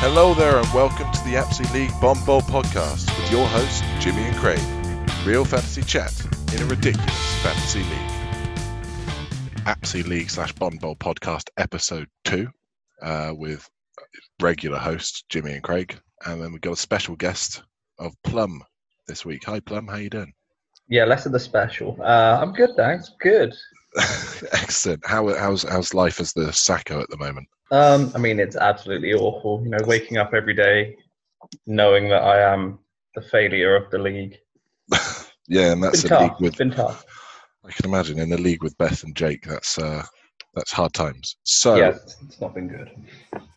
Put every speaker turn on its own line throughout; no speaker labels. Hello there, and welcome to the Apsy League Bomb Bowl podcast with your hosts, Jimmy and Craig. Real fantasy chat in a ridiculous fantasy league. Apsy League slash Bomb Bowl podcast episode two uh, with regular hosts, Jimmy and Craig. And then we've got a special guest of Plum this week. Hi, Plum. How you doing?
Yeah, less of the special. Uh, I'm good, thanks. Good.
Excellent. How, how's, how's life as the Sacco at the moment?
Um, I mean, it's absolutely awful. You know, waking up every day knowing that I am the failure of the league.
yeah, and that's
It's been
a league
tough.
with
It's been tough.
I can imagine in the league with Beth and Jake, that's uh, that's hard times. So,
yeah, it's- it's not been good.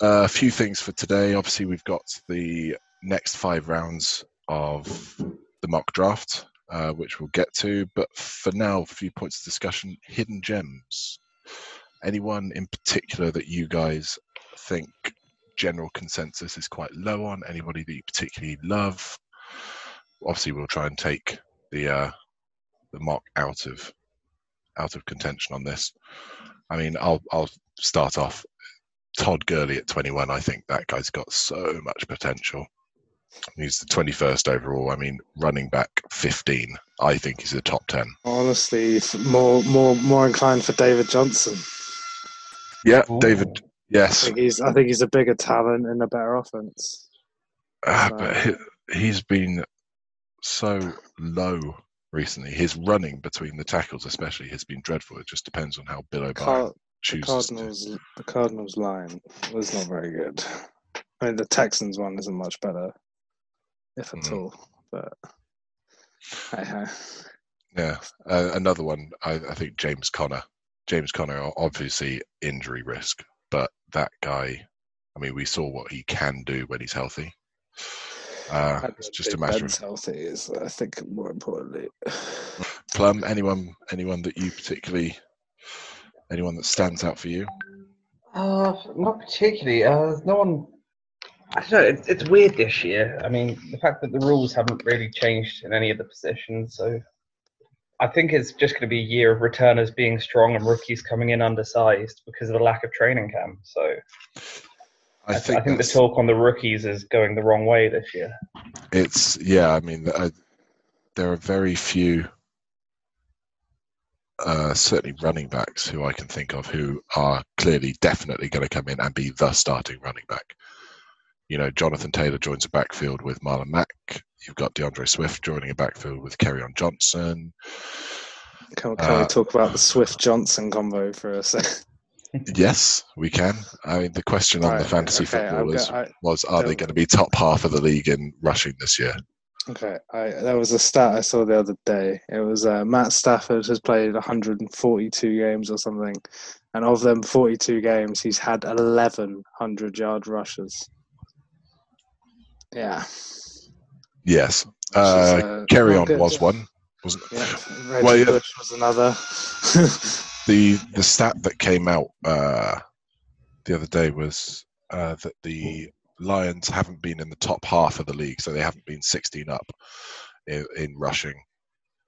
uh, a few things for today. Obviously, we've got the next five rounds of the mock draft, uh, which we'll get to. But for now, a few points of discussion: hidden gems. Anyone in particular that you guys think general consensus is quite low on? Anybody that you particularly love? Obviously, we'll try and take the uh, the mock out of out of contention on this. I mean, I'll I'll start off. Todd Gurley at 21, I think that guy's got so much potential. He's the 21st overall. I mean, running back 15, I think he's the top 10.
Honestly, f- more more more inclined for David Johnson.
Yeah,
Ooh.
David,
I
yes.
think he's I think he's a bigger talent and a better offense.
Ah, but he, he's been so low recently. His running between the tackles, especially, has been dreadful. It just depends on how Bill O'Brien
Car- the
chooses. To.
Cardinals the Cardinals line was not very good. I mean, the Texans one isn't much better, if at
Mm.
all. But hey-ho.
Yeah, uh, another one, I, I think James Connor. James Connor, obviously, injury risk, but that guy, I mean, we saw what he can do when he's healthy. Uh, it's just a matter of
Ben's healthy is I think more importantly.
plum. Anyone, anyone that you particularly, anyone that stands out for you?
Uh, not particularly. Uh, there's no one. I don't know. It's, it's weird this year. I mean, the fact that the rules haven't really changed in any of the positions, so I think it's just going to be a year of returners being strong and rookies coming in undersized because of the lack of training camp. So
I
I, think,
think,
I think the
that's-
talk on the rookies is going the wrong way this year.
it's yeah. I mean, I, there are very few, uh, certainly running backs who I can think of who are clearly definitely going to come in and be the starting running back. You know, Jonathan Taylor joins a backfield with Marlon Mack. You've got DeAndre Swift joining a backfield with Kerryon Johnson.
Can, can we
Uh,
talk about the Swift Johnson combo for a second?
Yes, we can. I mean, the question on the
Right,
fantasy
okay, I'll
footballers
go- I-
was: Are they
don't-
going to be top half of the league in rushing this year?
Okay, I, that was a stat I saw the other day. It was uh, Matt Stafford has played 142 games or something, and of them 42 games, he's had 1,100 yard rushes. Yeah.
Yes,
which
uh,
is, uh, not
Kerryon
good.
was one, wasn't? it?
Yeah, Reggie
Well, yeah.
Bush was another.
the the stat that came out uh, the other day was uh, that the Lions haven't been in the top half of the league, so they haven't been 16 up in, in rushing,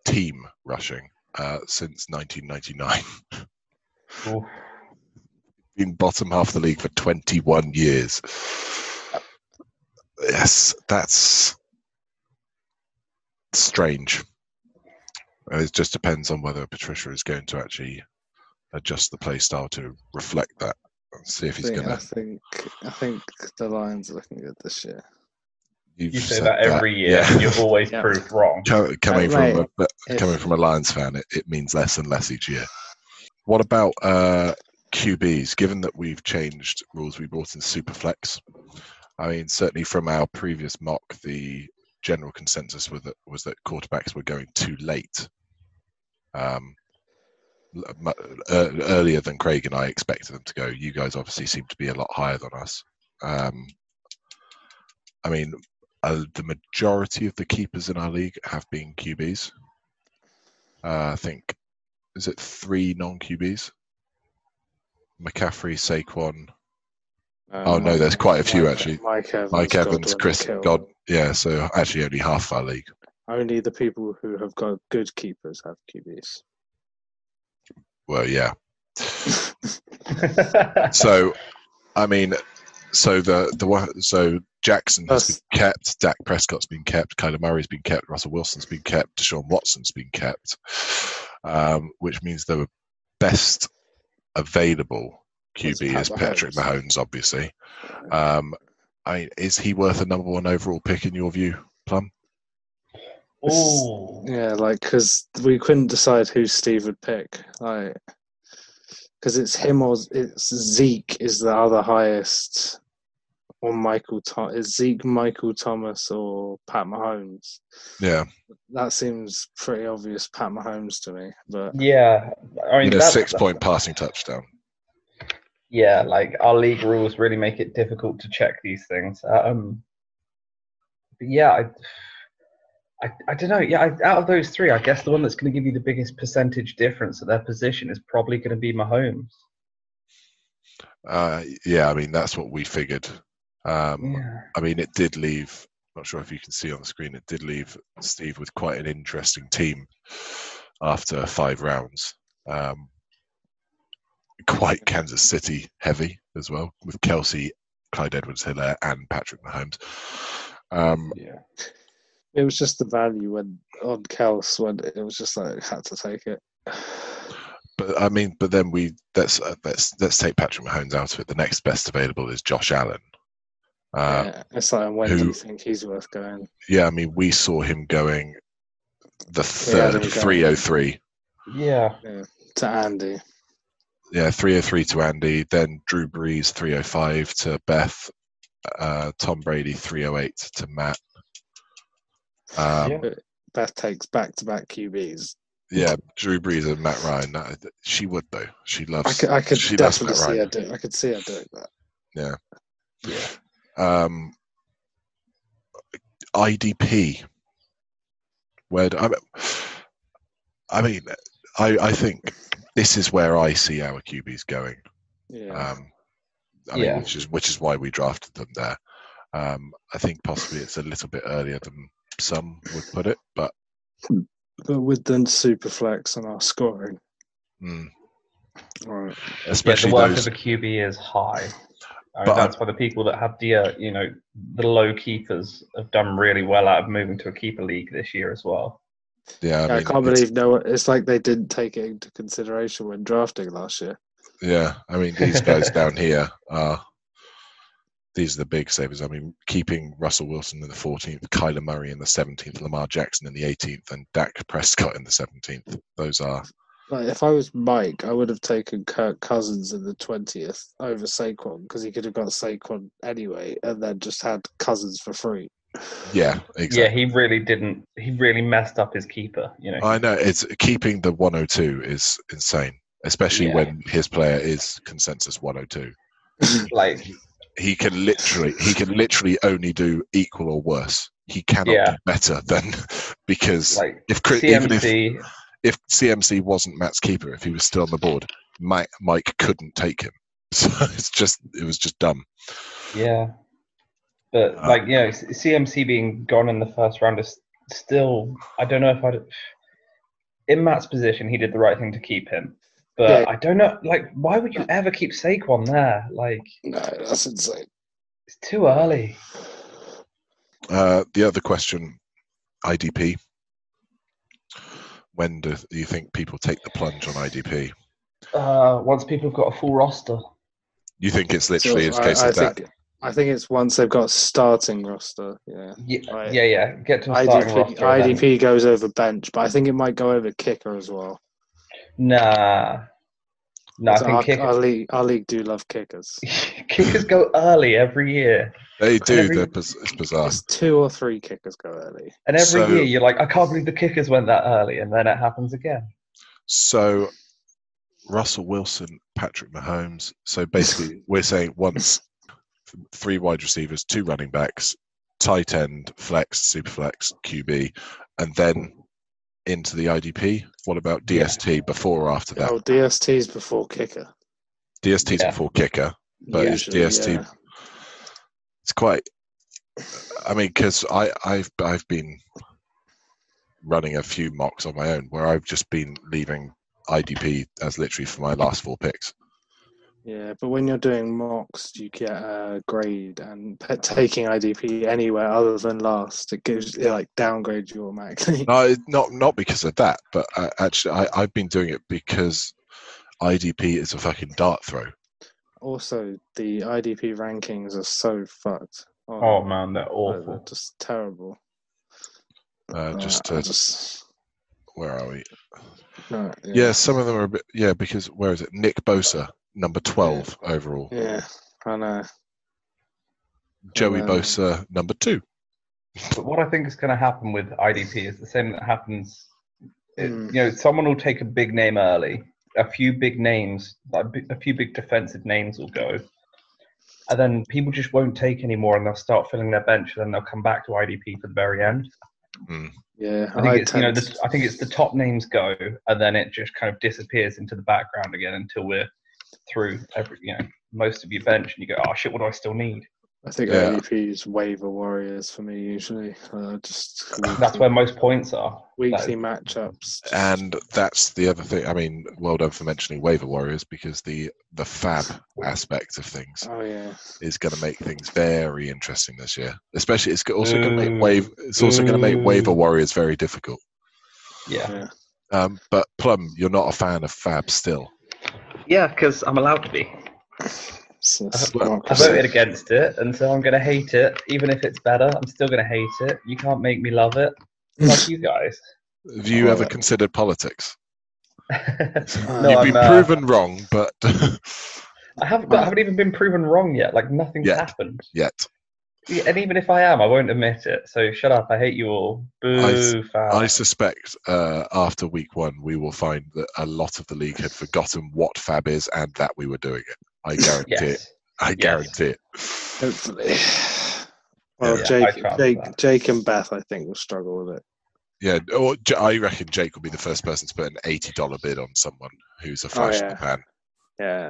team rushing, uh, since 1999.
Oof.
been bottom half of the league for 21 years. Yes, that's strange. And It just depends on whether Patricia is going to actually adjust the play style to reflect that. and See if
I
he's
think,
going
I
to.
think I think the Lions are looking good this year.
You say that every year,
yeah.
and you've always
Yeah.
proved wrong.
Co- coming
Right.
from a, but
If-
coming from a Lions fan, it, it means less and less each year. What about uh, QBs? Given that we've changed rules, we brought in Superflex. I mean, certainly from our previous mock, the general consensus was that, was that quarterbacks were going too late, um, l- mu- ear- earlier than Craig and I expected them to go. You guys obviously seem to be a lot higher than us. Um, I mean, uh, the majority of the keepers in our league have been QBs. Uh, I think is it three non QBs? McCaffrey, Saquon. Oh, no, there's quite a few, actually.
Mike Um, Evans,
Mike Evans,
Godwin,
Chris
Kittle.
God- Yeah, so actually only half our league.
Only the people who have got good keepers have QBs.
Well, yeah. So, I mean, so the the one so Jackson has
Us.
been kept, Dak Prescott's been kept, Kyler Murray's been kept, Russell Wilson's been kept, Deshaun Watson's been kept, um, which means the best available QB
Pat
is Patrick Mahomes, obviously.
Mahomes.
Um, I mean, is he worth a number one overall pick in your view, Plum?
This is-
Ooh.
Yeah, like because we couldn't decide who Steve would pick, like because it's him or it's Zeke is the other highest, or Michael Thomas. Is Zeke Michael Thomas or Pat Mahomes?
Yeah,
That seems pretty obvious, Pat Mahomes to me. But
Yeah, I mean
with a
that-
six-point passing touchdown.
Yeah, like our league rules really make it difficult to check these things. Um, but yeah, I, I, I don't know. Yeah, I, out of those three, I guess the one that's going to give you the biggest percentage difference at their position is probably going to be Mahomes.
Uh, yeah, I mean that's what we figured. Um,
Yeah.
I mean, it did leave. Not sure if you can see on the screen. It did leave Steve with quite an interesting team after five rounds. Um, quite Kansas City heavy as well, with Kelsey, Clyde Edwards-Hilaire, and Patrick Mahomes. Um,
Yeah.
it was just the value when on Kels when it was just like had to take it.
but I mean, but then we let's uh, let's let's take Patrick Mahomes out of it. The next best available is Josh Allen. Uh,
yeah, it's like when do
who-
you think he's worth going?
yeah, I mean, we saw him going the
Yeah, there
third
we go.
303.
Yeah.
To Andy,
Yeah, 303 to Andy, then Drew Brees 305 to Beth, uh, Tom Brady 308 to Matt. Um, yeah.
Yeah.
Beth takes back to back QBs.
Drew Brees and Matt Ryan. That- she would though. She
I
loves.
could, I could
she loves
definitely
Matt
see her
Ryan.
do. I could see her doing that.
Yeah.
Um, IDP. Where do, I, mean, I mean, I I think this is where I see our QBs going.
Yeah,
Um, I mean,
Yeah.
which is which is why we drafted them there. Um, I think possibly it's a little bit earlier than some would put it, but
but with the super flex and our scoring,
mm,
right?
Yeah, the
especially
worth
those.
of a QB is high. I mean,
But, um,
that's why the people that have the, uh, you know, the low keepers have done really well out of moving to a keeper league this year as well.
yeah, I,
I,
mean,
can't
it's-
believe no. one- It's like they didn't take it into consideration when drafting last year.
Yeah, I mean, these guys down here are. These are the big savers. I mean, keeping Russell Wilson in the 14th, Kyler Murray in the 17th, Lamar Jackson in the 18th, and Dak Prescott in the 17th. Those are
Like if I was Mike, I would have taken Kirk Cousins in the twentieth over Saquon because he could have got Saquon anyway, and then just had Cousins for free.
yeah, exactly.
Yeah, he really didn't. He really messed up his keeper. You know.
I know it's keeping the 102 is insane, especially
Yeah.
when his player is consensus 102.
like
He can literally he can literally only do equal or worse. He cannot
Yeah.
do better than because
like
if Chris- even if
CMC.
if CMC wasn't Matt's keeper, if he was still on the board, Mike, Mike couldn't take him. So it's just it was just dumb.
Yeah, but
Uh,
like you know, C- CMC being gone in the first round is still. I don't know if I'd. In Matt's position, he did the right thing to keep him, but
Yeah.
I don't know. Like, why would you ever keep Saquon there? Like,
No, that's insane.
it's too early.
Uh, the other question, IDP. When do you think people take the plunge on IDP?
Uh, once people have got a full roster.
You think it's literally
So
a case
I, I
of that?
think I think it's once they've got a starting roster. Yeah.
Yeah,
Right.
yeah, yeah. Get to a starting
IDP,
roster. and then-
IDP goes over bench, but I think it might go over kicker as well.
Nah, no, I
So
think
our,
kick,
our league, our league do love kickers.
kickers go early every year.
They do.
every-
They're, biz- it's bizarre.
It's two or three kickers go early.
And every
So-
year you're like, I can't believe the kickers went that early, and then it happens again.
So Russell Wilson, Patrick Mahomes. So basically, we're saying once three wide receivers, two running backs, tight end, flex, super flex, QB, and then into the IDP. What about
Yeah.
DST before or after that?
Oh, DST's before kicker.
DST's
yeah.
before kicker. But it's
usually,
DST.
yeah.
It's quite. I mean, because I I've I've been running a few mocks on my own where I've just been leaving IDP as literally for my last four picks.
Yeah, but when you're doing mocks, you get a grade, and pe- taking IDP anywhere other than last, it gives it like downgrades you automatically.
No, it- not not because of that, but uh, actually, I, I've been doing it because IDP is a fucking dart throw.
Also, the IDP rankings are so fucked. on-
Oh man, they're
they're-
awful.
they're just terrible.
Uh, just,
I
to,
just
where are we?
no,
Yeah. some of them are a bit. Yeah, because where is it? Nick Bosa, number twelve overall.
yeah, I know.
Joey
Um,
Bosa, number two.
But what I think is going to happen with IDP is the same that happens. It,
Hmm.
You know, someone will take a big name early. A few big names, like bi- a few big defensive names, will go, and then people just won't take anymore, and they'll start filling their bench, and then they'll come back to IDP for the very end.
Yeah,
I think
I
it's you know,
tend
the, I think it's the top names go, and then it just kind of disappears into the background again until we're through every you know most of your bench, and you go, oh shit, what do I still need?
I think
Yeah.
IDP's waiver warriors for me usually. Uh, just
That's where most points are.
weekly matchups. just-
And that's the other thing. I mean, well done for mentioning waiver warriors because the the fab aspect of things
oh yeah,
is going to make things very interesting this year. Especially, it's also going to
Ooh.
make wave. It's also going to
Ooh.
make waiver warriors very difficult.
Yeah.
yeah.
Um, but Plum, you're not a fan of fab still.
Yeah, because I'm allowed to be.
It's a
I
democracy.
voted against it, and so I'm going to hate it. Even if it's better, I'm still going to hate it. You can't make me love it. Fuck you guys.
Have you
Oh,
ever
yeah.
considered politics?
No,
You've
I'm,
been
uh,
proven wrong, but
I haven't, but I haven't even been proven wrong yet. Like, nothing's
Yet.
happened.
yet
Yeah, and even if I am, I won't admit it. So shut up. I hate you all.
I s-
Boo, fam.
I suspect uh, after week one we will find that a lot of the league had forgotten what fab is and that we were doing it. I guarantee it.
yes.
I
yes.
guarantee it.
Hopefully. Well,
Yeah, I
Jake,
trust
Jake,
that.
Jake, and Beth, I think will struggle with it.
Yeah, or J- I reckon Jake will be the first person to put an eighty dollar bid on someone who's a flash
yeah.
in
Yeah,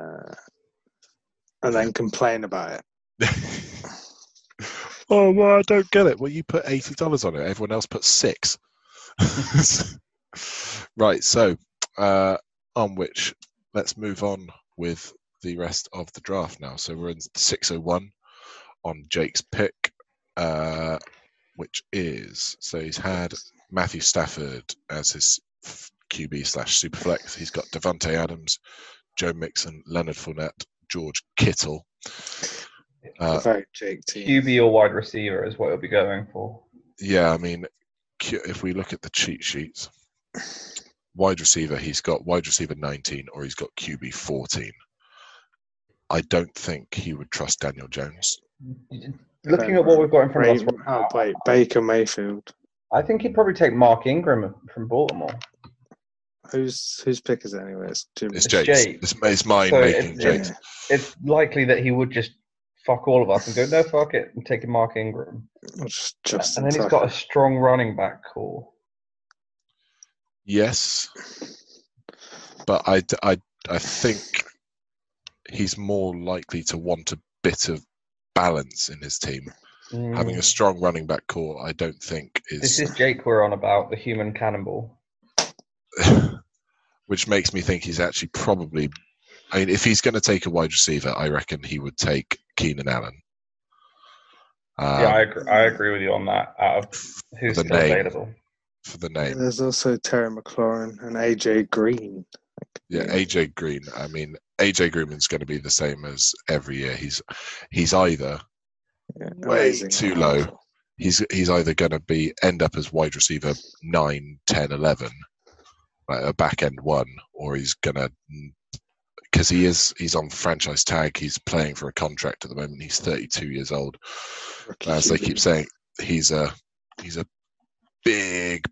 and then complain about it.
the pan. oh well, I don't get it. Well, you put eighty dollars on it. Everyone else put six. right. So, uh, on which, let's move on with the rest of the draft now. So we're in six oh one on Jake's pick, uh, which is so he's had Matthew Stafford as his f- QB slash superflex. He's got Devonte Adams, Joe Mixon, Leonard Fournette, George Kittle. Uh,
Vote Jake team.
QB or wide receiver is what it'll be going for.
yeah, I mean, Q- if we look at the cheat sheets, wide receiver, he's got wide receiver 19 or he's got QB 14. I don't think he would trust Daniel Jones.
Looking at what we've got in front of us,
Wait, oh, wait, Baker Mayfield.
I think he'd probably take Mark Ingram from Baltimore.
Who's whose pick is it anyway? It's Jim.
It's
It's
Jake's.
Jake.
It's, it's mine
So
making
it's-
Jake's.
It's likely that he would just fuck all of us and go, no, fuck it, I'm taking Mark Ingram.
It's Justin
and then he's
Tucker.
got a strong running back call.
Yes, but I, d- I- I think he's more likely to want a bit of balance in his team.
Mm.
Having a strong running back core, I don't think
this
is,
is Jake we're on about, the human cannonball.
which makes me think he's actually probably. I mean, if he's going to take a wide receiver, I reckon he would take Keenan Allen. Um,
yeah, I agree, I agree with you on that. Out of who's
the
still
name.
available.
for the name.
There's also Terry McLaurin and AJ Green.
Yeah, AJ Green. I mean, AJ Greenman's going to be the same as every year. He's he's either
Yeah,
Way
amazing.
too low. he's he's either going to be end up as wide receiver 9 10 11 like a back end one or he's going to because he is he's on franchise tag he's playing for a contract at the moment he's 32 years old
Rookie
as they
QB.
keep saying he's a he's a big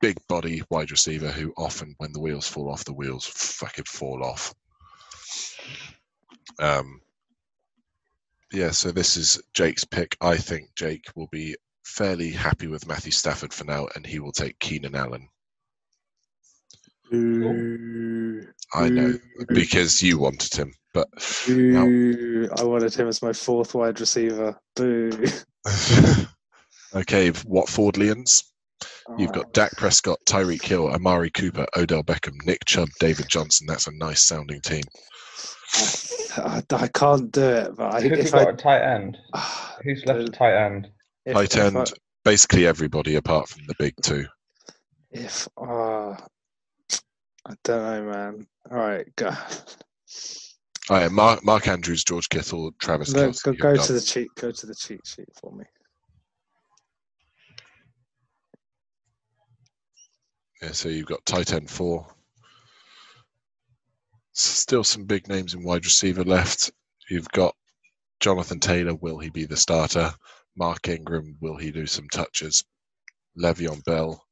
big body wide receiver who often when the wheels fall off the wheels fucking fall off um yeah so this is jake's pick i think jake will be fairly happy with matthew stafford for now and he will take keenan allen
Ooh,
i know
ooh,
because you wanted him but now-
ooh, I wanted him as my fourth wide receiver. Boo.
okay what fordlians You've
Oh,
got Dak Prescott, Tyreek Hill, Amari Cooper, Odell Beckham, Nick Chubb, David Johnson. That's a nice sounding team.
I I, I can't do it. But I,
Who's he
if
got
I,
at tight end?
ah,
Who's left at tight end?
if,
Tight
if I-
end, basically everybody apart from the big two.
If ah, I don't know, man. All right, go.
All right, Oh, Mark, Mark Andrews, George Kittle, Travis
Look,
Kelce,
go,
you're
go
done.
to the cheat. Go to the cheat sheet for me.
Yeah, so you've got tight end four. Still some big names in wide receiver left. You've got Jonathan Taylor. Will he be the starter? Mark Ingram. Will he do some touches? Le'Veon Bell.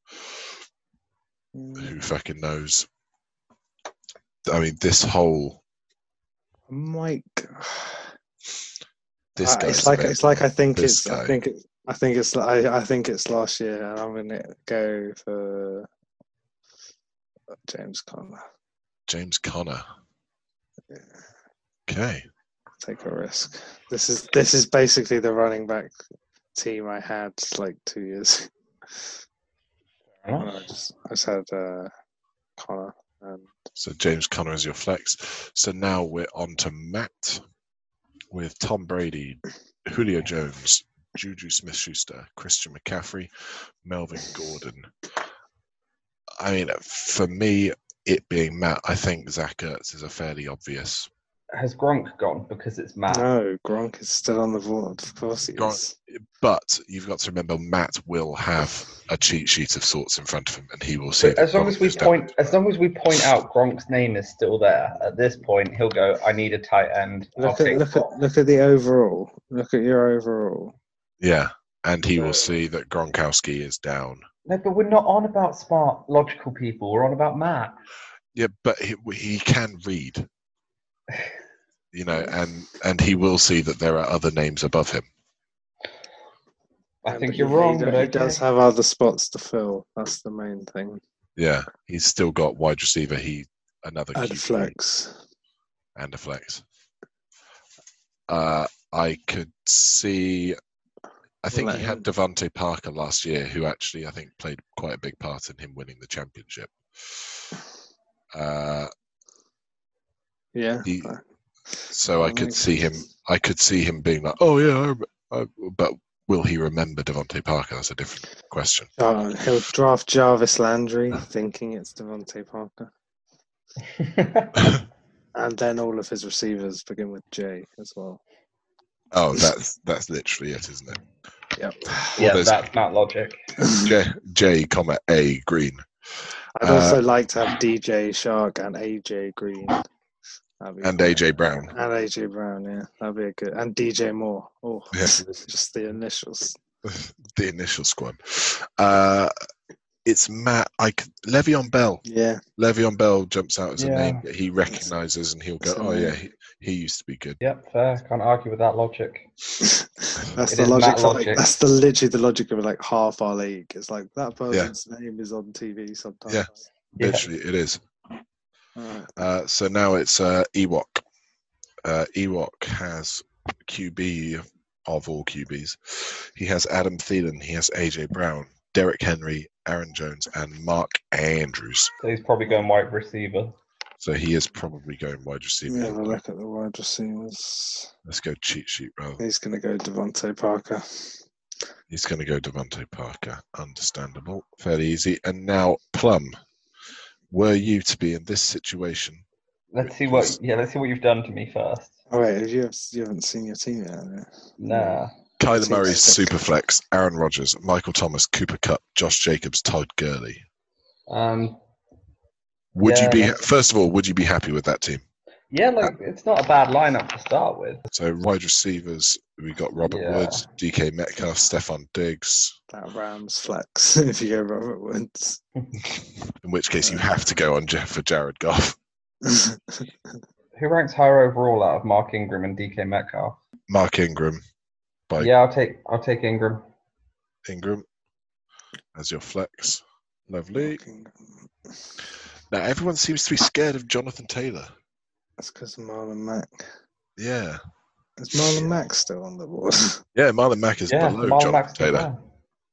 Who fucking knows? I mean, this whole
Mike.
this
Ah,
guy.
it's like it's like I think
This
it's
guy.
I think it, I think it's I, I think it's last year, and I'm gonna go for James Conner.
James Connor.
Yeah.
Okay.
Take a risk. This is this is basically the running back team I had like two years.
Fair
ago. I
enough.
just I just had uh, Connor and
So James Connor is your flex. So now we're on to Matt with Tom Brady, Julio Jones, Juju Smith Schuster, Christian McCaffrey, Melvin Gordon. I mean, for me, it being Matt, I think Zach Ertz is a fairly obvious.
Has Gronk gone because it's Matt?
no Gronk is still on the board. Of course he
Gronk-
is.
But you've got to remember, Matt will have a cheat sheet of sorts in front of him, and he will see.
But
that
as long
Gronk
as we
is down.
point, as long as we point out Gronk's name is still there at this point, he'll go. I need a tight end. I'll
Look at
take
look
Gronk."
at look at the overall. Look at your overall.
yeah, and he will see that Gronkowski is down.
No, but we're not on about smart, logical people. We're on about Matt.
Yeah, but he, he can read, you know, and and he will see that there are other names above him.
I
Yeah,
think
but
you're
he-
wrong,
He,
but
he
okay.
does have other spots to fill. That's the main thing.
Yeah, he's still got wide receiver. He another
And
QB
flex.
and a flex. Uh, I could see. I think
Let
he had
him-
Devante Parker last year, who actually I think played quite a big part in him winning the championship. Uh,
Yeah.
He-
that-
so I
that
could
makes
see him.
sense.
I could see him being like, "Oh yeah," I rem- I, but will he remember Devante Parker? That's a different question.
Oh, he'll draft Jarvis Landry, thinking it's Devontae Parker, and then all of his receivers begin with J as well.
Oh, that's that's literally it, isn't it?
Yep.
yeah,
there's-
that's Matt logic.
J, J comma A Green.
I'd
Uh,
also like to have DJ Shark and AJ Green. That'd be
And
fun.
AJ Brown.
And AJ Brown, yeah, that'd be a good. And DJ Moore. Oh,
Yeah.
just the initials.
the initial squad. Uh, it's Matt. I c- Le'Veon Bell.
Yeah,
Le'Veon Bell jumps out as a
Yeah.
name that he recognizes, and he'll go,
It's a
"Oh
name.
yeah, he, he used to be good."
Yep, fair. Can't argue with that logic.
that's
It
the
is Matt
logic. For like,
logic.
that's the literally the logic of like half our league. It's like that
Yeah.
person's name is on TV sometimes.
Yeah.
Yeah.
Literally, it is.
Alright.
Uh, so now it's uh, Ewok. Uh, Ewok has QB of all QBs. He has Adam Thielen. He has AJ Brown, Derek Henry, Aaron Jones, and Mark Andrews.
So he's probably going wide receiver.
So he is probably going wide
Let
receiver.
me have a look at the wide receivers.
Let's go cheat sheet rather.
He's going to go Devontae Parker.
He's going to go Devontae Parker. Understandable. Fairly easy. And now Plum. Were you to be in this situation?
Let's see what. Yeah, let's see what you've done to me first.
Oh wait, have you you haven't seen your team yet? have you?
Nah.
Kyler
Seems
Murray's
sick.
Superflex, Aaron Rodgers, Michael Thomas, Cooper Cup, Josh Jacobs, Todd Gurley.
Um.
Would you be
Yeah.
first of all, would you be happy with that team?
Yeah, like it's not a bad lineup to start with.
So wide receivers, we got Robert
Yeah.
Woods, DK Metcalf, Stefan Diggs.
That Rams flex. if you go Robert Woods.
In which case you have to go on Jeff for Jared Goff.
Who ranks higher overall out of Mark Ingram and DK Metcalf?
Mark Ingram by
Yeah, I'll take. I'll take Ingram.
Ingram as your flex. Lovely.
That's
Now everyone seems to be scared of Jonathan Taylor.
because Marlon Mack.
Yeah.
Is Marlon Mack still on the board?
Yeah, Marlon Mack is
yeah,
below
Marlon
Jonathan
Mack's still
Taylor.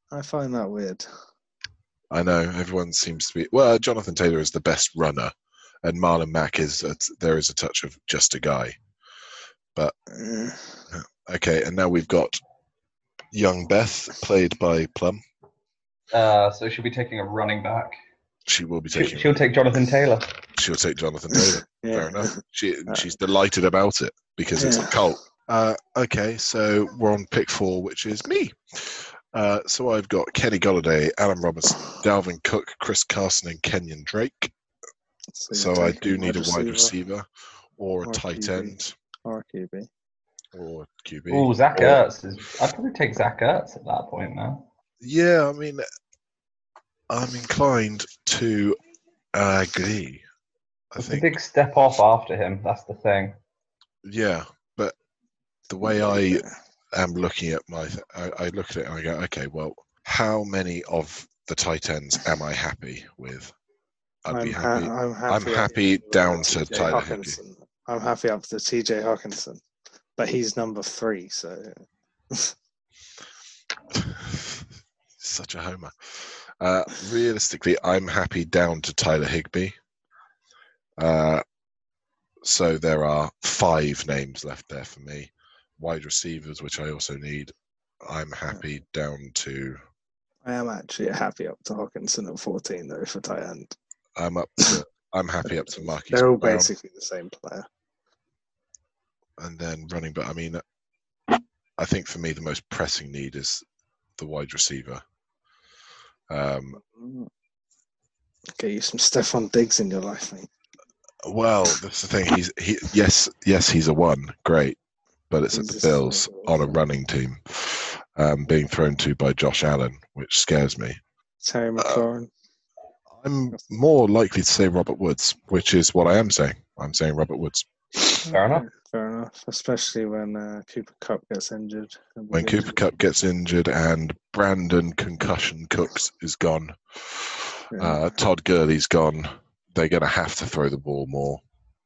there.
I find that weird.
I know everyone seems to be. Well, Jonathan Taylor is the best runner, and Marlon Mack is. A, there is a touch of just a guy. But okay, and now we've got young Beth, played by Plum.
Uh, so she'll be taking a running back.
She will be
She,
taking.
she'll take Jonathan Taylor.
she'll take Jonathan Taylor.
Yeah.
Fair enough. She she's delighted about it because it's
Yeah.
a cult. Uh, okay, so we're on pick four, which is me. Uh, so I've got Kenny Golladay, Alan Robinson, Dalvin Cook, Chris Carson, and Kenyon Drake. So
you're
I
taking
do need a wide receiver or a
Or
tight
QB.
end
or a QB.
or QB.
Ooh, Zach
Or-
Ertz. Is, I'd probably take Zach Ertz at that point now.
Yeah, I mean, I'm inclined to uh, agree. I
It's a
think,
big step off after him. That's the thing.
yeah, but the way I am looking at my, th- I, I look at it and I go, okay, well, how many of the tight ends am I happy with? I'd
I'm
be
ha-
happy.
I'm happy.
I'm
up
happy
to
down to
TJ
Tyler
Hawkinson. I'm happy up to TJ Hawkinson, but he's number three. So
Such a homer. Uh, realistically, I'm happy down to Tyler Higby. Uh, so there are five names left there for me. Wide receivers, which I also need. I'm happy down to.
I am actually happy up to Hawkinson at 14 though for tight end.
I'm up. To, I'm happy up to Marquise
They're all
Brown,
basically the same player.
and then running. But I mean, I think for me the most pressing need is the wide receiver. Um,
Get you some Stefan Diggs in your life, mate.
Well, that's the thing. He's he, yes, yes, he's a one, great, but it's at the
He's a-
Bills on a running team, um, being thrown to by Josh Allen, which scares me. Uh,
Terry McLaurin.
I'm more likely to say Robert Woods, which is what I am saying. I'm saying Robert Woods.
Hmm.
Fair enough.
Fair enough, especially when uh, Cooper Cup gets injured. It'll be
When
good.
Cooper Cup gets injured and Brandon Concussion Cooks is gone, uh, Todd Gurley's gone, they're going to have to throw the ball more,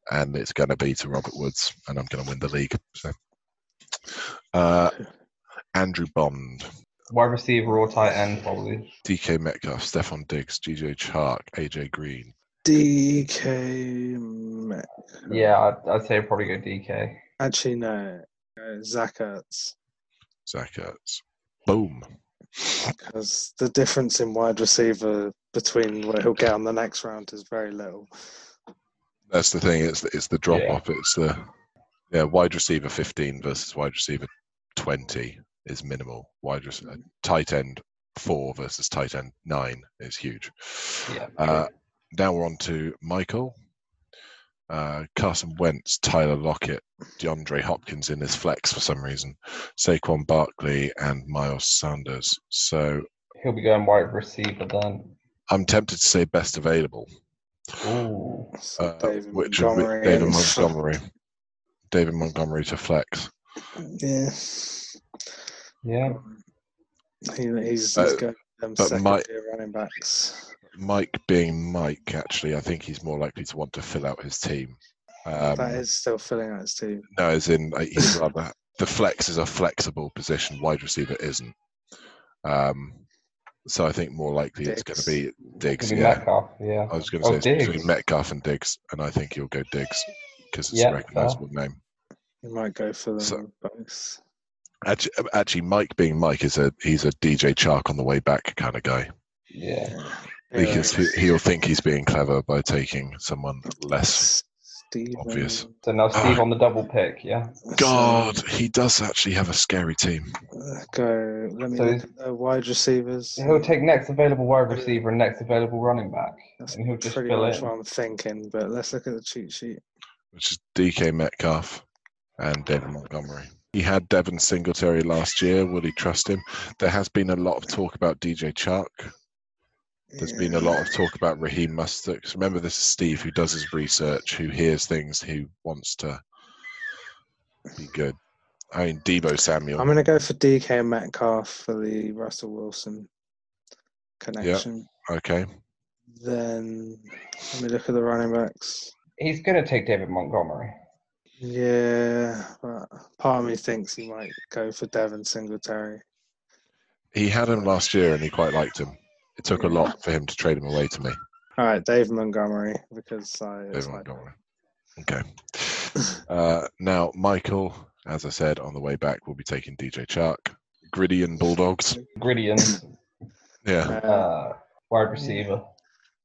and it's going to be to Robert Woods, and I'm going to win the league. So. Uh, Andrew Bond,
Wide receiver or tight end, probably.
DK Metcalf, Stefan Diggs, GJ Chark, AJ Green.
DK Met.
Yeah, I'd, I'd say probably go DK.
Actually, no. Uh, Zach Ertz.
Zach Ertz. Boom.
Because the difference in wide receiver between what he'll get on the next round is very little.
That's the thing. It's the, it's the drop off. It's the yeah wide receiver 15 versus wide receiver 20 is minimal. Wide receiver, tight end four versus tight end nine is huge.
Yeah.
Uh, now we're on to Michael. Uh, Carson Wentz, Tyler Lockett, DeAndre Hopkins in his flex for some reason, Saquon Barkley, and Miles Sanders. So
He'll be going wide receiver then.
I'm tempted to say best available,
Ooh.
So
uh,
David
which would be
Montgomery
David
and-
Montgomery. David Montgomery to flex.
Yeah.
Yeah.
He, he's,
Uh,
he's got them
but
second
my-
tier running backs.
Mike being Mike, actually, I think he's more likely to want to fill out his team. Um,
that is still filling out his team.
No, as in like, he's rather the flex is a flexible position. Wide receiver isn't. Um, so I think more likely it's going
Diggs.
to be Diggs.
Could be
Yeah,
Metcalf, yeah.
I was going
Oh,
to say it's
Diggs.
between Metcalf and Diggs, and I think he'll go Diggs because it's
Yeah,
a recognizable name.
He might go for them
So-
both.
Actually, actually, Mike being Mike is a he's a DJ Chark on the way back kind of guy
Yeah.
because he, he'll think he's being clever by taking someone less.
Steven-
obvious.
So now Steve on the double pick, yeah.
God, he does actually have a scary team.
Uh, go. Let me
So
look
he's-
at the wide receivers.
He'll take next available wide receiver and next available running back.
That's
and he'll just
pretty
fill
much
in.
what I'm thinking. But let's look at the cheat sheet.
which is DK Metcalf and David Montgomery. He had Devin Singletary last year. Will he trust him? There has been a lot of talk about DJ Chark. There's been a lot of talk about Raheem Mustard. 'Cause Remember, this is Steve who does his research, who hears things, who wants to be good. I mean, Debo Samuel.
I'm gonna go for DK Metcalf for the Russell Wilson connection.
okay.
Then let me look at the running backs.
He's going to take David Montgomery.
Yeah, but part of me thinks he might go for Devin Singletary.
He had him last year and he quite liked him. It took a lot for him to trade him away to me,
All right, Dave Montgomery because I.
David
it's like-
Montgomery. Okay. Uh, now, Michael, as I said on the way back, will be taking DJ Chark, Gritty and Bulldogs.
Gridian,
Yeah,
Uh,
uh, wide receiver.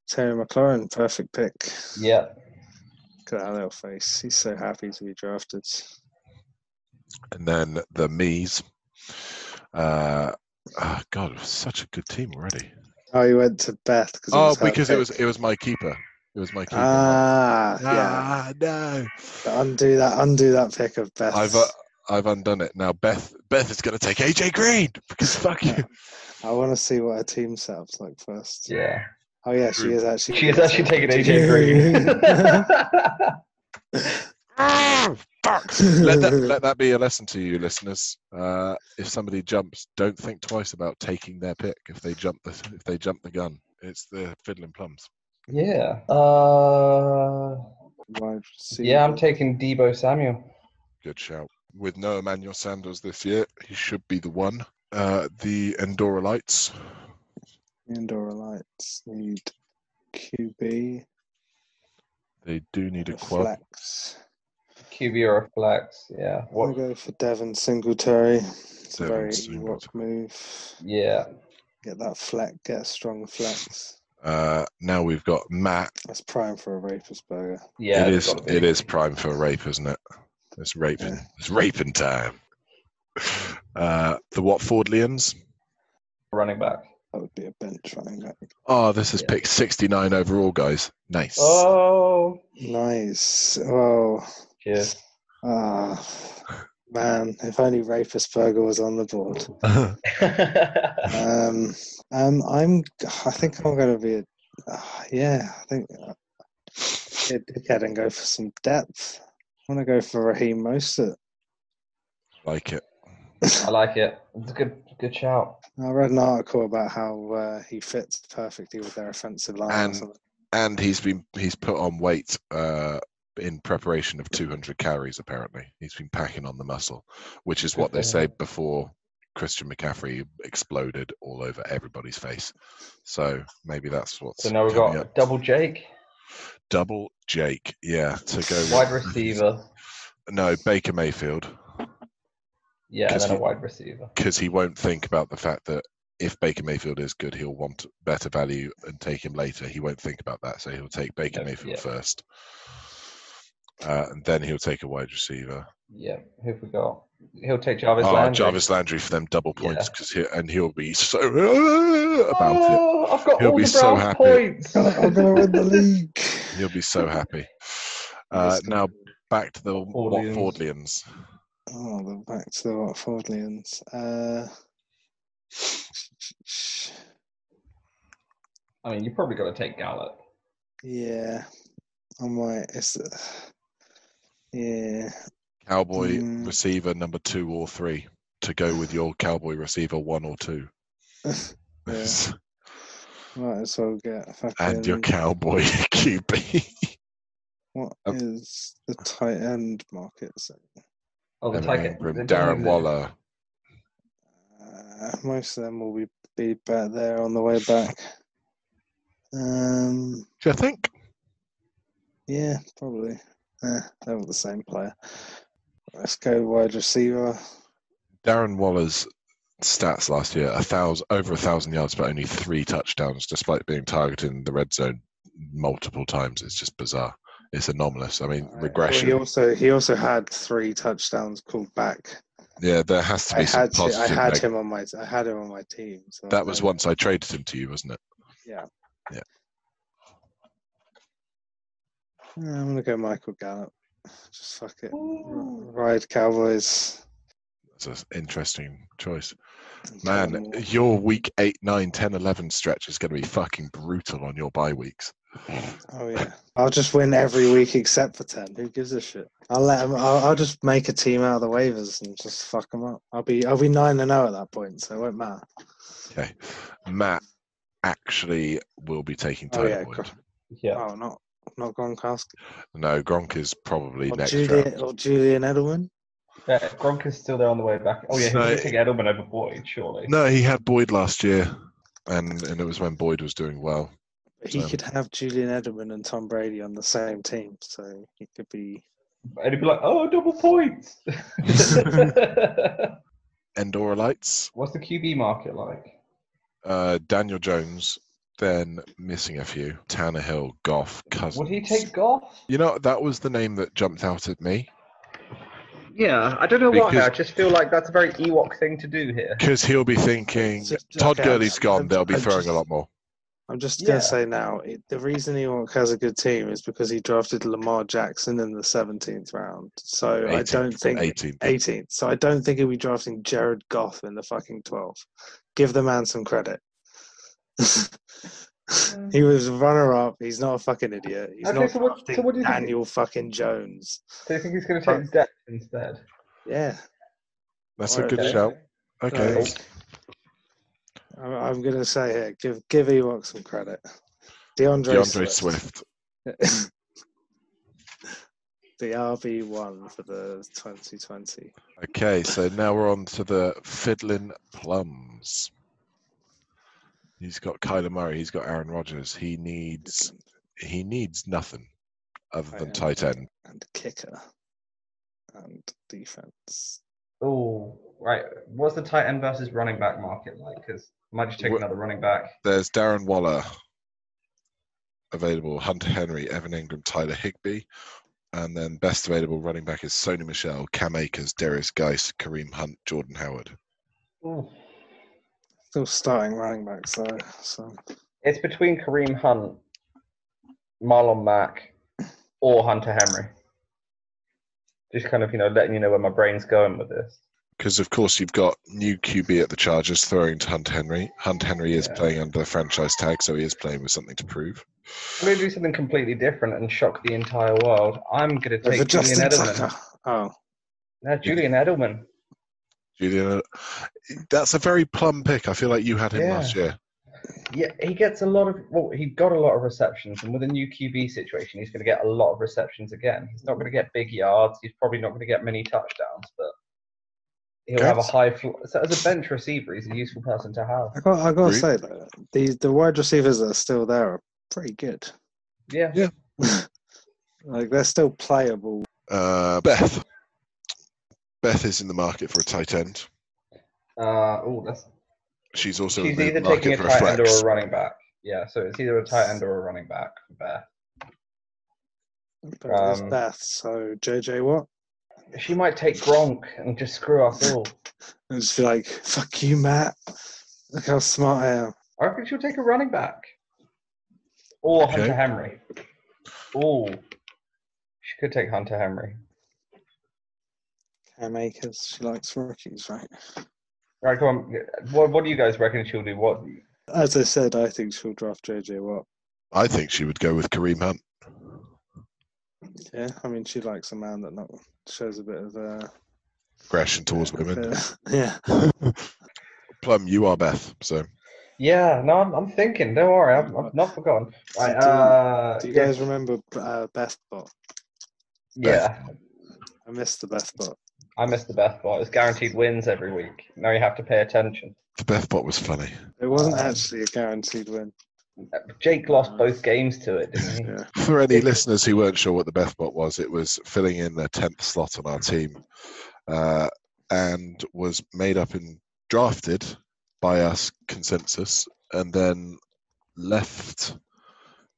Terry McLaurin, perfect pick.
Yeah.
Look at that little face. He's so happy to be drafted.
and then the Mees. Uh, ah, God, it was such a good team already.
Oh, he went to Beth because
Oh, because it was it was my keeper. It was my keeper.
ah
Ah,
yeah.
no.
Undo that. Undo that pick of Beth.
I've uh, I've undone it now. Beth Beth is going to take AJ Green because fuck you.
I want to see what her team setup's like first.
Yeah.
Oh yeah, she is actually.
She is actually taking AJ Green.
Ah, fuck. let that let that be a lesson to you, listeners. Uh, if somebody jumps, don't think twice about taking their pick. If they jump the if they jump the gun, it's the fiddling plums.
yeah. Uh,
Wide receiver.
yeah, I'm taking Debo Samuel.
Good shout. With no Emmanuel Sanders this year, he should be the one. Uh, the Endora Lights.
Andorra Lights need QB.
They do need a quad.
Flex.
QB or a flex. Yeah.
I'll
What?
go for Devon Singletary. It's
Devin
a very
Singletary.
rock move.
Yeah.
Get that flex. Get a strong flex.
Uh, now we've got Matt.
That's prime for a rapist burger.
Yeah.
it
it's
is
gotta be.
it is prime for rape, isn't it? It's raping.
Yeah.
It's raping time. Uh, the Watfordians.
Running back.
That would be a bench running back.
Oh, this is
Yeah.
pick 69 overall, guys. Nice.
Oh.
Nice. Oh,
Cheers.
ah, man. If only rapist burger was on the board. Um, um, I'm. I think I'm gonna be. A, ah, yeah, I think. uh, Get dickhead and go for some depth. I want to go for Raheem Mostert.
like it.
I like it. It's a good, good shout.
I read an article about how uh, he fits perfectly with their offensive line. or
And-
something.
And he's been he's put on weight uh, in preparation of 200 carries. Apparently, he's been packing on the muscle, which is what they
Okay.
say before Christian McCaffrey exploded all over everybody's face. So maybe that's what's
So now we've
coming
got
up.
double Jake,
double Jake. Yeah, to go. with-
wide receiver.
No, Baker Mayfield.
Yeah, and
Because
then a
he-
wide receiver.
because he won't think about the fact that if Baker Mayfield is good, he'll want better value and take him later. He won't think about that, so he'll take Baker
Yeah,
Mayfield
yeah.
first, uh, and then he'll take a wide receiver.
Yeah, who have we got? He'll take Jarvis
oh,
Landry.
Jarvis Landry for them double points,
Yeah.
'cause he, and he'll be so uh, about it.
Oh, I've got
He'll
all
be
the
so
Browns
happy.
points.
I'm gonna win the league.
Ah.
He'll be so happy. Uh,
Just gonna-
now back to the
Watfordians.
Watfordians.
Oh, the back to the Watfordians. Uh,
I mean, you probably got to take Gallup.
yeah, I might. It's, uh, yeah,
Cowboy
Mm.
receiver number two or three to go with your Cowboy receiver one or two.
Yeah. might as well get fucking.
and your cowboy QB.
what
um,
is the tight end market? So,
Oh, the
Evan
tight
Ingram,
it doesn't
Darren
exist.
Waller.
uh, most of them will be be back there on the way back. Um,
Do you think?
yeah, probably. Eh, they're all the same player. Let's go wide receiver.
Darren Waller's stats last year: a thousand, over a thousand yards, but only three touchdowns, despite being targeted in the red zone multiple times. It's just bizarre. It's anomalous. I mean,
Alright. Well,
regression.
he also he also had three touchdowns called back.
yeah, there has to
I
be some
had I
positive.
had
neg-
him on my I had him on my team. So
that was
I-
once I traded him to you, wasn't it?
Yeah, "Eh, I'm gonna go Michael Gallup. Just fuck it.
Ooh.
Ride Cowboys.
That's an interesting choice.
and
Man,
Cowboys.
your week 8, 9, 10, 11 stretch is going to be fucking brutal on your bye weeks.
Oh yeah. I'll just win every week except for ten. Who gives a shit? I'll let him. I'll, I'll just make a team out of the waivers and just fuck them up. I'll be I'll be nine and zero at that point, so it won't matter.
Okay. Matt actually will be taking
Oh,
Tyler
yeah,
Boyd.
Gron-
Yeah.
Oh, not not Gronkowski
No, Gronk is probably
or
next
Julian
round.
or Julian Edelman.
yeah, Gronk is still there on the way back. Oh yeah, he's
No,
going
it-
to take Edelman over Boyd, surely.
No, he had Boyd last year, and and it was when Boyd was doing well.
He
So-
could have Julian Edelman and Tom Brady on the same team, so he could be
And he'd be like, oh, double points.
Endora Lights,
What's the QB market like?
uh, Daniel Jones, then missing a few. Tanner Hill, Goff, Cousins.
Would he take golf?
You know, that was the name that jumped out at me
Yeah, I don't know why.
Because-
I just feel like that's a very Ewok thing to do here.
because he'll be thinking
Just-
Todd
okay,
Gurley's
I'm-
gone.
I'm-
They'll be
I'm
throwing
just-
a lot more.
I'm just
Yeah.
gonna say now, it, the reason Ewok has a good team is because he drafted Lamar Jackson in the 17th round. So I
18th,
don't think
18.
18th. So I don't think he'll be drafting Jared Goff in the fucking 12. Give the man some credit. he was runner up. He's not a fucking idiot. He's
Okay,
not
so what- so
drafting
what do you think-
Daniel fucking Jones.
So you think he's going to take depth instead?
Yeah.
That's
Or
a good
okay.
shout. Okay.
Like, I'm, I'm gonna say here, give give Ewok some credit. DeAndre,
DeAndre Swift.
the RB one for the 2020.
Okay, so now we're on to the Fiddlin' Plums. He's got Kyler Murray. He's got Aaron Rodgers. He needs he needs nothing other than
Right,
tight
okay.
end.
and kicker and defense.
Oh, right. What's the tight end versus running back market like? Because might just take
Wh-
another running back.
There's Darren Waller available. Hunter Henry, Evan Ingram, Tyler Higby, and then best available running back is Sony Michelle, Cam Akers, Darius Geis, Kareem Hunt, Jordan Howard.
Ooh.
Still starting running backs though. So
It's between Kareem Hunt, Marlon Mack, or Hunter Henry. Just kind of, you know, letting you know where my brain's going with this.
because of course you've got new QB at the Chargers throwing to Hunt Henry. Hunt Henry is
Yeah.
playing under the franchise tag, so he is playing with something to prove.
I'm going to do something completely different and shock the entire world. I'm going to
over
take Julian
Justin
Edelman.
Tucker. Oh,
No, Julian Edelman.
Julian, uh, that's a very plum pick. I feel like you had him
Yeah.
last year.
Yeah, he gets a lot of, well, he got a lot of receptions. And with a new QB situation, he's going to get a lot of receptions again. He's not going to get big yards. He's probably not going to get many touchdowns, but he'll have a
Gets-
high floor. So as a bench receiver, he's a useful person to have.
I got I got to
Agreed.
say though, the the wide receivers that are still there are pretty good.
Yeah.
like they're still playable.
Uh, Beth. Beth is in the market for a tight end.
Uh, oh, that's
She's also
She's
in the
either taking
market
a
for a
tight end or
flex.
a running back. Yeah, so it's either a tight end or a running back for Beth.
But there's
Um,
Beth, so JJ Watt.
She might take Gronk and just screw us all.
And just be like, fuck you, Matt. Look how smart I am.
I reckon she'll take a running back. Or
Okay.
Hunter Henry. Oh, she could take Hunter Henry.
Cam Akers, she likes rookies, right?
Right, come on. What, what do you guys reckon she'll do? What?
As I said, I think she'll draft JJ Watt.
I think she would go with Kareem Hunt.
Yeah, I mean, she likes a man that not shows a bit of uh,
Aggression towards women.
bit- yeah,
Plum, you are Beth. So
Yeah, no, I'm, I'm thinking. Don't worry, I've, I've not forgotten. Right,
Do you-
uh,
do you
yeah,
guys remember uh, Beth Bot?
yeah,
I missed the Beth Bot.
I missed the best part. It's guaranteed wins every week. Now you have to pay attention.
the Beth bot was funny.
It wasn't
Um,
actually a guaranteed win.
Jake lost both games to it, didn't he?
Yeah.
For any listeners who weren't sure what the Beth bot was, it was filling in the tenth slot on our team, uh, and was made up and drafted by us consensus, and then left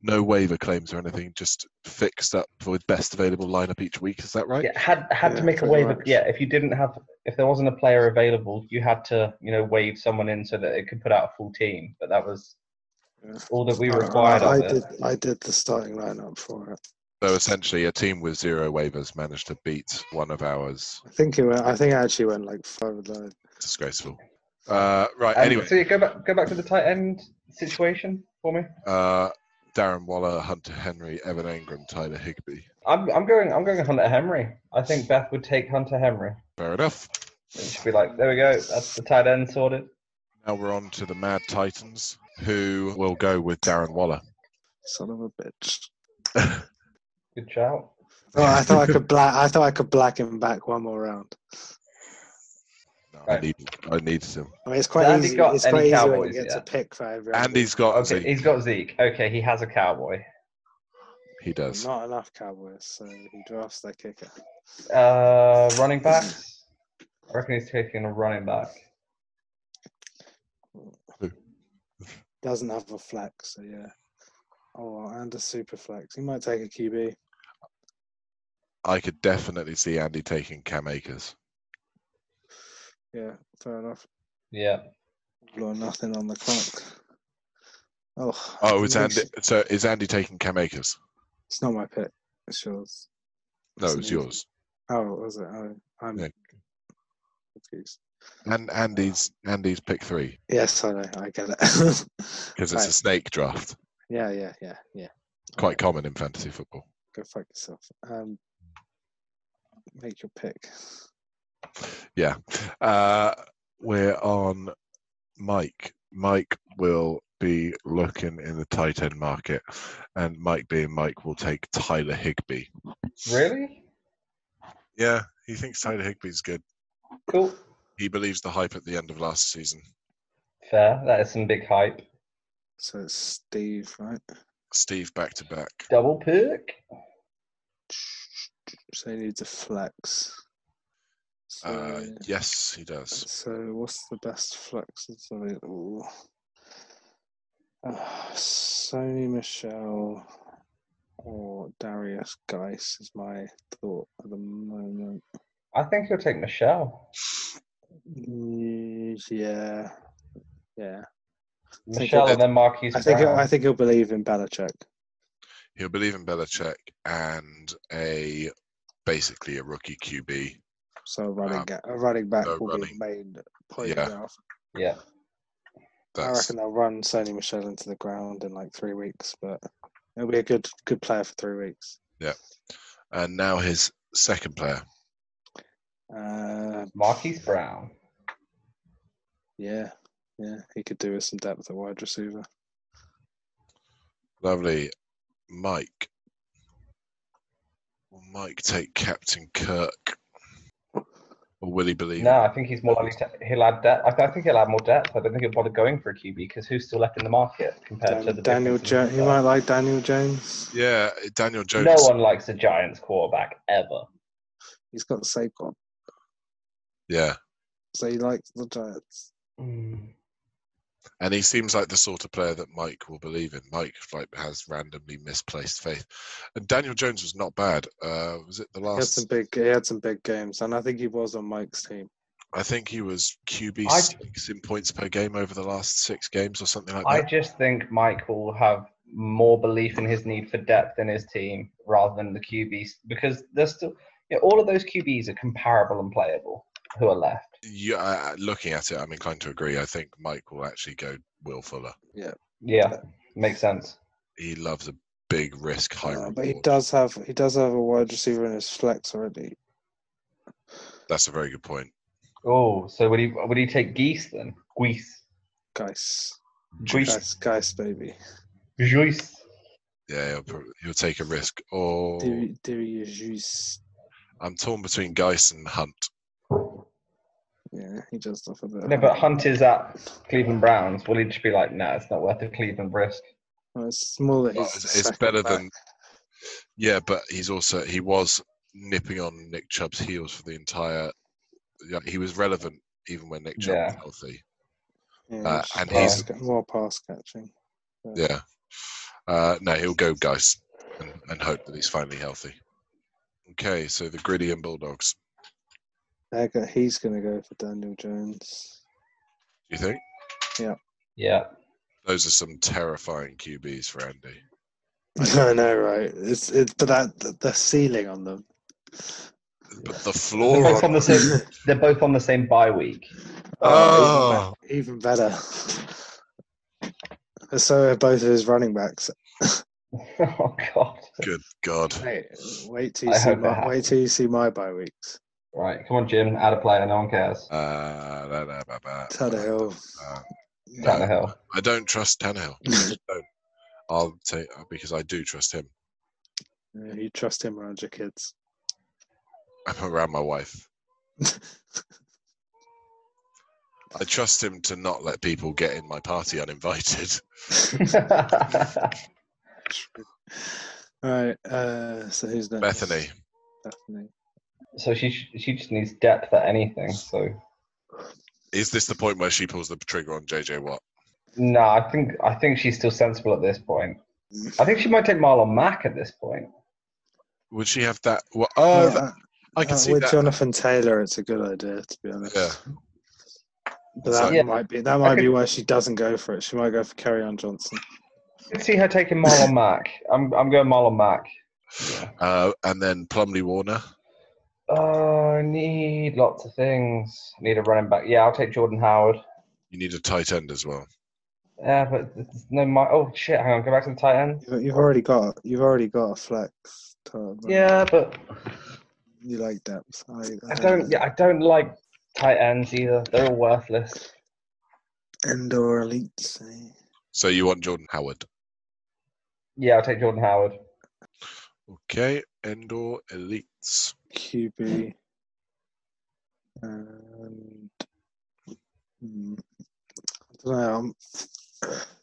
no waiver claims or anything, just fixed up with best available lineup each week. Is that right?
Yeah, had had
Yeah,
to make a
pretty
waiver.
much.
Yeah, if you didn't have, if there wasn't a player available, you had to, you know, waive someone in so that it could put out a full team. But that was
Yeah.
all that we
I-
required
I,
of
I
it.
did. I did the starting lineup for it.
So essentially, a team with zero waivers managed to beat one of ours.
I think it went. I think I actually went like five of those.
Disgraceful. Uh, right.
Um,
anyway,
so you go back, go back to the tight end situation for me.
uh, Darren Waller, Hunter Henry, Evan Ingram, Tyler Higby.
I'm, I'm going, I'm going Hunter Henry. I think Beth would take Hunter Henry.
Fair enough.
It should be like, there we go. That's the tight end sorted.
Now we're on to the Mad Titans, who will go with Darren Waller.
Son of a bitch.
Good shout.
Oh, I thought I could black. I thought I could black him back one more round.
No, I,
Right.
needed, I needed him.
I mean, it's quite
Andy
easy.
got
It's
any
quite easy when
Cowboys,
you get
yeah.
to pick for everyone.
And he's got
Okay, he's got Zeke. Okay, he has a cowboy.
He does.
Not enough Cowboys, so he drafts their kicker.
Uh, running backs. I reckon he's taking a running back.
Doesn't have a flex, so yeah. Oh, and a super flex. He might take a QB.
I could definitely see Andy taking Cam Akers.
Yeah, fair enough.
Yeah.
Blow nothing on the clock. Oh,
Oh, it's
at
Andy.
least-
So is Andy taking Cam Akers?
It's not my pick. It's yours.
No,
It's
it's
me.
yours.
Oh, was it? Oh, I'm
Yeah.
confused.
And Andy's Andy's pick three
Yes, I know. I get it.
because it's
Right.
a snake draft.
Yeah, yeah, yeah, yeah.
Quite common in fantasy football.
Go fuck yourself. Um, make your pick.
Yeah. Uh, we're on Mike. Mike will be looking in the tight end market, and Mike being Mike will take Tyler Higby.
Really?
Yeah, he thinks Tyler Higby's good.
Cool.
He believes the hype at the end of last season.
Fair. That is some big hype.
So it's Steve, right?
Steve back to back.
Double pick.
So he needs a flex. So,
Uh, yes, he does.
so what's the best flex that's available? Uh, Sony Michelle or Darius Geis is my thought at the moment.
I think he'll take Michelle.
Mm, Yeah, yeah. think
Michelle
he'll-
and then Marquise
I think
Brown.
I think he'll believe in Belichick.
He'll believe in Belichick and a basically a rookie QB.
So a running
Um,
ga- a running back
no
will be
running.
the main point of
Yeah,
Ralph.
yeah.
I
That's
reckon they'll run Sony Michelle into the ground in like three weeks, but it'll be a good good player for three weeks.
and now his second player.
Uh,
Marquise Brown.
yeah, yeah. He could do with some depth at wide receiver.
Lovely. Mike. Will Mike take Captain Kirk? Or will he believe?
No, I think he's more likely to. He'll add depth. I, I think he'll add more depth. I don't think he'll bother going for a QB because who's still left in the market compared to
Dan-
the
Daniel
difference
Jones.
in
You might like Daniel Jones.
Yeah, Daniel Jones.
No one likes a Giants quarterback ever.
He's got Saquon,
Yeah,
so he likes the Giants. Hmm.
and he seems like the sort of player that Mike will believe in. Mike like has randomly misplaced faith, and Daniel Jones was not bad. Uh, was it the
He had
last?
some big. He had some big games, and I think he was on Mike's team.
I think he was QB
I-
six in points per game over the last six games or something like
I
that.
just think Mike will have more belief in his need for depth in his team rather than the QBs because there's still you know, all of those QBs are comparable and playable who are left.
Yeah, I- I- uh, looking at it, I'm inclined to agree. I think Mike will actually go Will Fuller.
Yeah, makes sense.
He loves a big risk, high
Uh,
reward.
but he does have he does have a wide receiver in his flex already.
That's a very good point.
Oh, so would he would he take Geese then? Geese,
Guys,
Geese,
guys, guys, baby.
Geese.
Yeah, he'll, prob- he'll take a risk. Or
Do do you juice?
I'm torn between Geis and Hunt.
Yeah, he does stuff a bit.
No, but Hunt is at Cleveland Browns. Will he just be like, no, it's not worth the Cleveland risk?
Well, it's more that
But
he's.
It's,
the
it's
second
better
back.
than. Yeah, but he's also he was nipping on Nick Chubb's heels for the entire. Yeah, he was relevant even when Nick Chubb
Yeah.
was healthy.
Yeah,
uh,
it's
and
pass
he's-
ca- more pass catching.
Yeah. Uh, no, he'll go Geis and, and hope that he's finally healthy. Okay, so the gritty and Bulldogs.
They're go- He's going to go for Daniel Jones.
You think
Yeah.
those are some terrifying QBs for Andy?
I know, right? It's it's but that the- the ceiling on them.
But the
They're
floor.
both on
on
the same. They're both on the same bye week.
Oh.
even, be- even better. so are both of his running backs.
oh God.
Good God.
Hey, wait till you
I
see
hope it
my, wait till you see my bye weeks.
Right, come on, Jim. Add a player. No one cares.
Uh, da, da, ba, ba, ba,
Tannehill.
ba.
Yeah.
Tannehill.
I don't trust Tannehill. I just don't. I'll take because I do trust him.
Yeah, You trust him around your kids.
I'm around my wife. I trust him to not let people get in my party uninvited.
Right. Uh, so who's next?
Bethany.
Bethany.
So she sh- she just needs depth at anything. So
Is this the point where she pulls the trigger on JJ Watt?
no, I think I think she's still sensible at this point. I think she might take Marlon Mack at this point.
Would she have that? Well, oh,
Yeah,
that- I can
uh,
see
with
that.
Jonathan Taylor, it's a good idea to be honest.
Yeah.
But that
So-
Yeah.
might be that might
Okay.
be where she doesn't go for it. She might go for Carry On Johnson.
I can see her taking Marlon Mack. I'm I'm going Marlon Mack.
Uh, and then Plumley Warner.
Uh, I need lots of things. I need a running back. Yeah, I'll take Jordan Howard.
You need a tight end as well.
Yeah, but there's no. My, oh shit! Hang on, go back to the tight end.
You've, you've already got you've already got a flex. Tom.
Yeah, but
You like depth. I,
I don't. Yeah, I don't like tight ends either. They're all worthless.
Indoor elites. eh?
So you want Jordan Howard.
Yeah, I'll take Jordan Howard.
Okay. Endor Elites.
QB. And hmm, I don't know. um,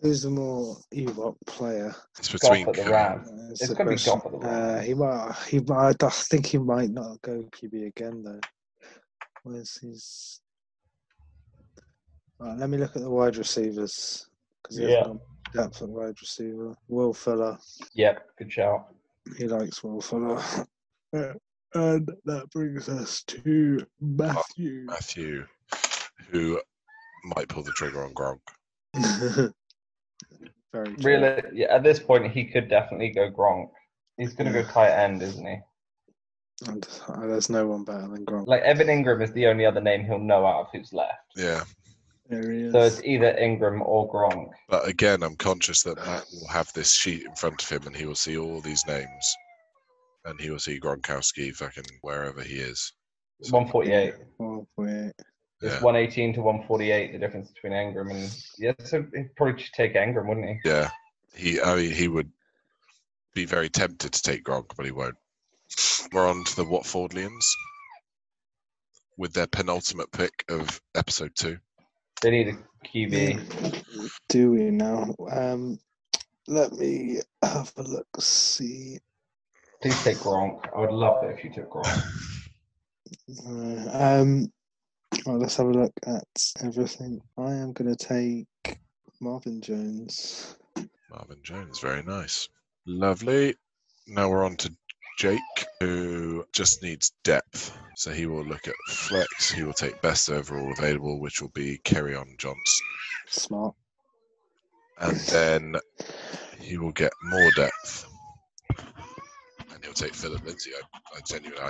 who's the more Ewok player?
It's
Goff
between
at the
Kirk-
Uh,
Rams.
it's
It's
a
gonna be
question.
Goff at the
Uh,
Rams.
he might. He might. I think he might not go QB again though. Where's his? Right, let me look at the wide receivers because he
Yeah.
hasn't got depth at wide receiver. Will Fuller.
Yep, good shout.
He likes Will Fuller. Uh, And that brings us to Matthew.
Matthew, who might pull the trigger on Gronk.
Very true.
Really, yeah, at this point, he could definitely go Gronk. He's gonna go tight end, isn't he?
And, uh, there's no one better than Gronk.
Like Evan Ingram is the only other name he'll know out of who's left.
Yeah.
There he
So
is.
it's either Ingram or Gronk.
But again, I'm conscious that Matt will have this sheet in front of him and he will see all these names. And he will see Gronkowski fucking wherever he is. So-
148.
Oh, wait.
It's
Yeah.
118 to 148, the difference between Engram and. Yeah, so he'd probably just take Engram, wouldn't he?
Yeah. He I mean he would be very tempted to take Gronk, but he won't. We're on to the Watfordlians with their penultimate pick of episode two.
They need a QB.
Do we now? Um, let me have a look. See.
Please take Gronk. I would love it if you took Gronk.
Uh, um, well, let's have a look at everything. I am going to take Marvin Jones.
Marvin Jones, very nice. Lovely. Now we're on to Jake, who just needs depth. So he will look at flex. He will take best overall available, which will be Carry On Johnson.
Smart.
And then he will get more depth. And he'll take Philip Lindsay. I, I genuinely, I,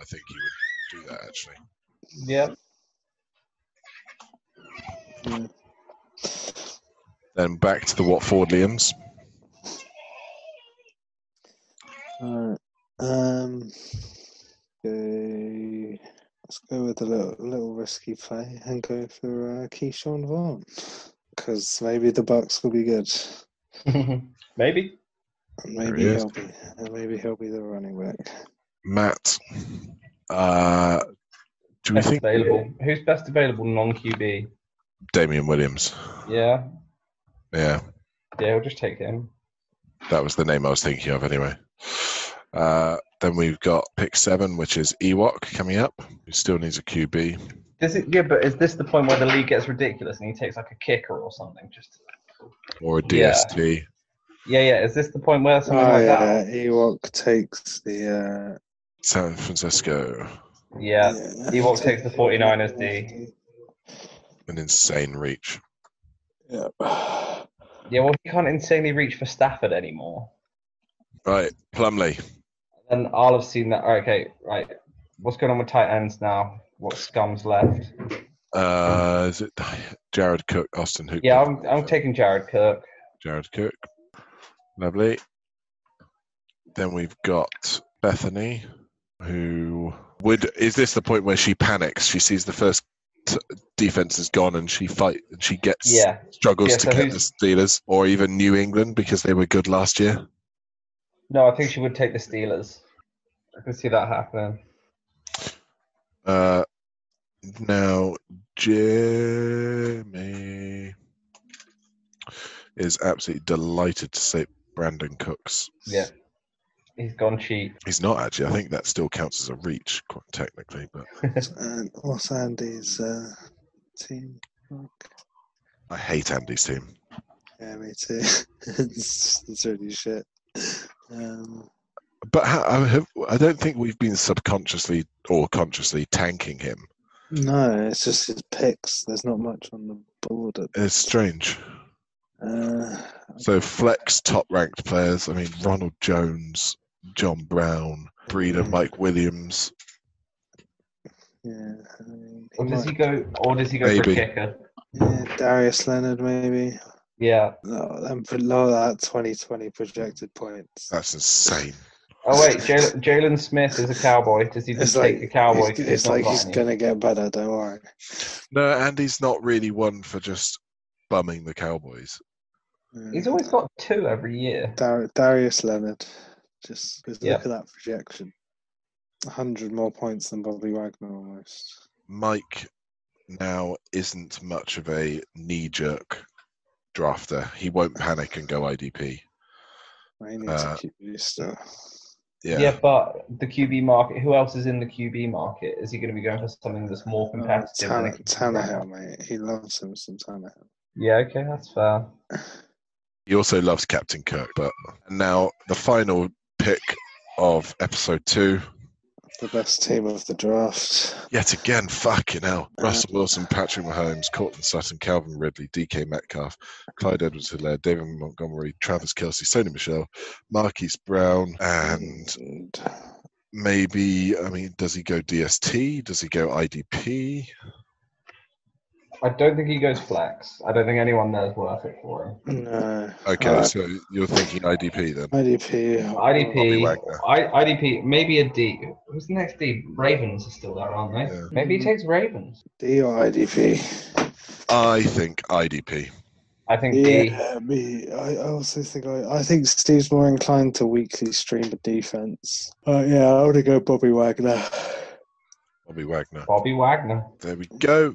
I think he would do that actually.
yeah.
Yeah.
Then back to the Watfordlians.
Alright. Um. Okay. Let's go with a little, little risky play and go for uh, Keyshawn Vaughn because maybe the Bucks will be good,
Maybe.
and
There
maybe
he is.
he'll be, and maybe he'll be the running back.
Matt, uh, do we
Best
think
available. Who's best available non QB?
Damian Williams?
Yeah.
Yeah.
Yeah, we'll just take him.
That was the name I was thinking of anyway. Uh, then we've got pick seven, which is Ewok coming up. He still needs a QB.
This is, yeah, but is this the point where the league gets ridiculous and he takes like a kicker or something? Just
or a
Yeah.
DST.
yeah, yeah. Is this the point where
Oh
something like
yeah, Ewok takes the.
San Francisco,
that?
Uh,
Yeah, Ewok
he
takes the 49ers D.
an insane reach.
Yeah.
yeah. Well, he can't insanely reach for Stafford anymore.
Right, Plumley.
And I'll have seen that. Okay, right. What's going on with tight ends now? What scum's left?
Uh, is it Jared Cook, Austin Hooper?
Yeah, I'm, I'm taking Jared Cook.
Jared Cook. Lovely. Then we've got Bethany, who would. Is this the point where she panics? She sees the first t- defense is gone, and she fight and she gets
Yeah.
struggles
Yeah,
to
so
get the
who's-
Steelers or even New England because they were good last year.
No, I think she would take the Steelers. I can see that happening.
Uh, now Jimmy is absolutely delighted to say Brandon Cooks.
Yeah. He's gone cheap.
He's not actually. I think that still counts as a reach, quite technically. But
And what's Andy's uh, team?
I hate Andy's team.
Yeah, me too. it's, it's really shit. Um,
But ha- I, have, I don't think we've been subconsciously or consciously tanking him.
no, it's just his picks. There's not much on the board. At,
It's strange.
uh,
So flex top ranked players. I mean Ronald Jones, John Brown, Breeder, Mike Williams.
yeah, I mean, he
Or does he
might-
go? Or does he go for
Maybe.
a kicker?
yeah, Darius Leonard maybe. Uh,
Yeah.
No, then below that 2020 projected points.
Uh,
That's insane.
Oh wait, Jal- Jalen Smith is a cowboy. Does he just
It's
take
like-
the cowboy? 'cause
It's,
he's
it's
not
like
got
he's
any?
gonna get better. Don't worry.
No, Andy's not really one for just bumming the Cowboys.
He's always got two every year.
Uh, Dar- Darius Leonard. Just 'cause
Yeah.
look at that projection. 100 more points than Bobby Wagner almost.
Mike now isn't much of a knee jerk drafter. He won't panic and go IDP.
He needs
Uh,
a QB still.
Yeah.
but the QB market. Who else is in the QB market? Is he going to be going for something that's more
Oh,
competitive? than
Tanner,
a QB?
Tannehill, mate. He loves him some Tannehill.
Yeah. Okay, that's fair.
He also loves Captain Kirk. But now the final pick of episode two.
The best team of the draft.
Yet again, fucking hell.
Uh,
Russell Wilson, Patrick Mahomes, Cortland Sutton, Calvin Ridley, DK Metcalf, Clyde Edwards Hilaire, David Montgomery, Travis Kelsey, Sony Michelle, Marquise Brown, and
And
maybe, I mean, does he go DST? Does he go IDP?
I don't think he goes flex. I don't think anyone there's worth it for him.
no.
Okay,
Uh,
so you're thinking IDP then?
IDP.
Bobby
IDP,
Wagner.
I, IDP, maybe a D. Who's the next D? Ravens are still there, aren't they?
Yeah.
Maybe he takes Ravens.
D or IDP.
I think IDP.
I think D.
Yeah, me. I I also think I, I think Steve's more inclined to weekly stream the defense. But yeah, I would go Bobby Wagner.
Bobby Wagner.
Bobby Wagner.
There we go.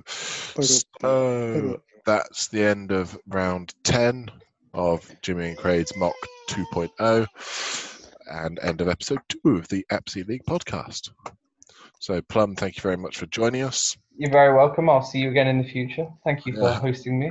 Bobby.
So that's the end of round 10 of Jimmy and Craig's Mock 2.0 and end of episode 2 of the Apsy League podcast. So, Plum, thank you very much for joining us.
You're very welcome. I'll see you again in the future. Thank you for
Yeah.
hosting me.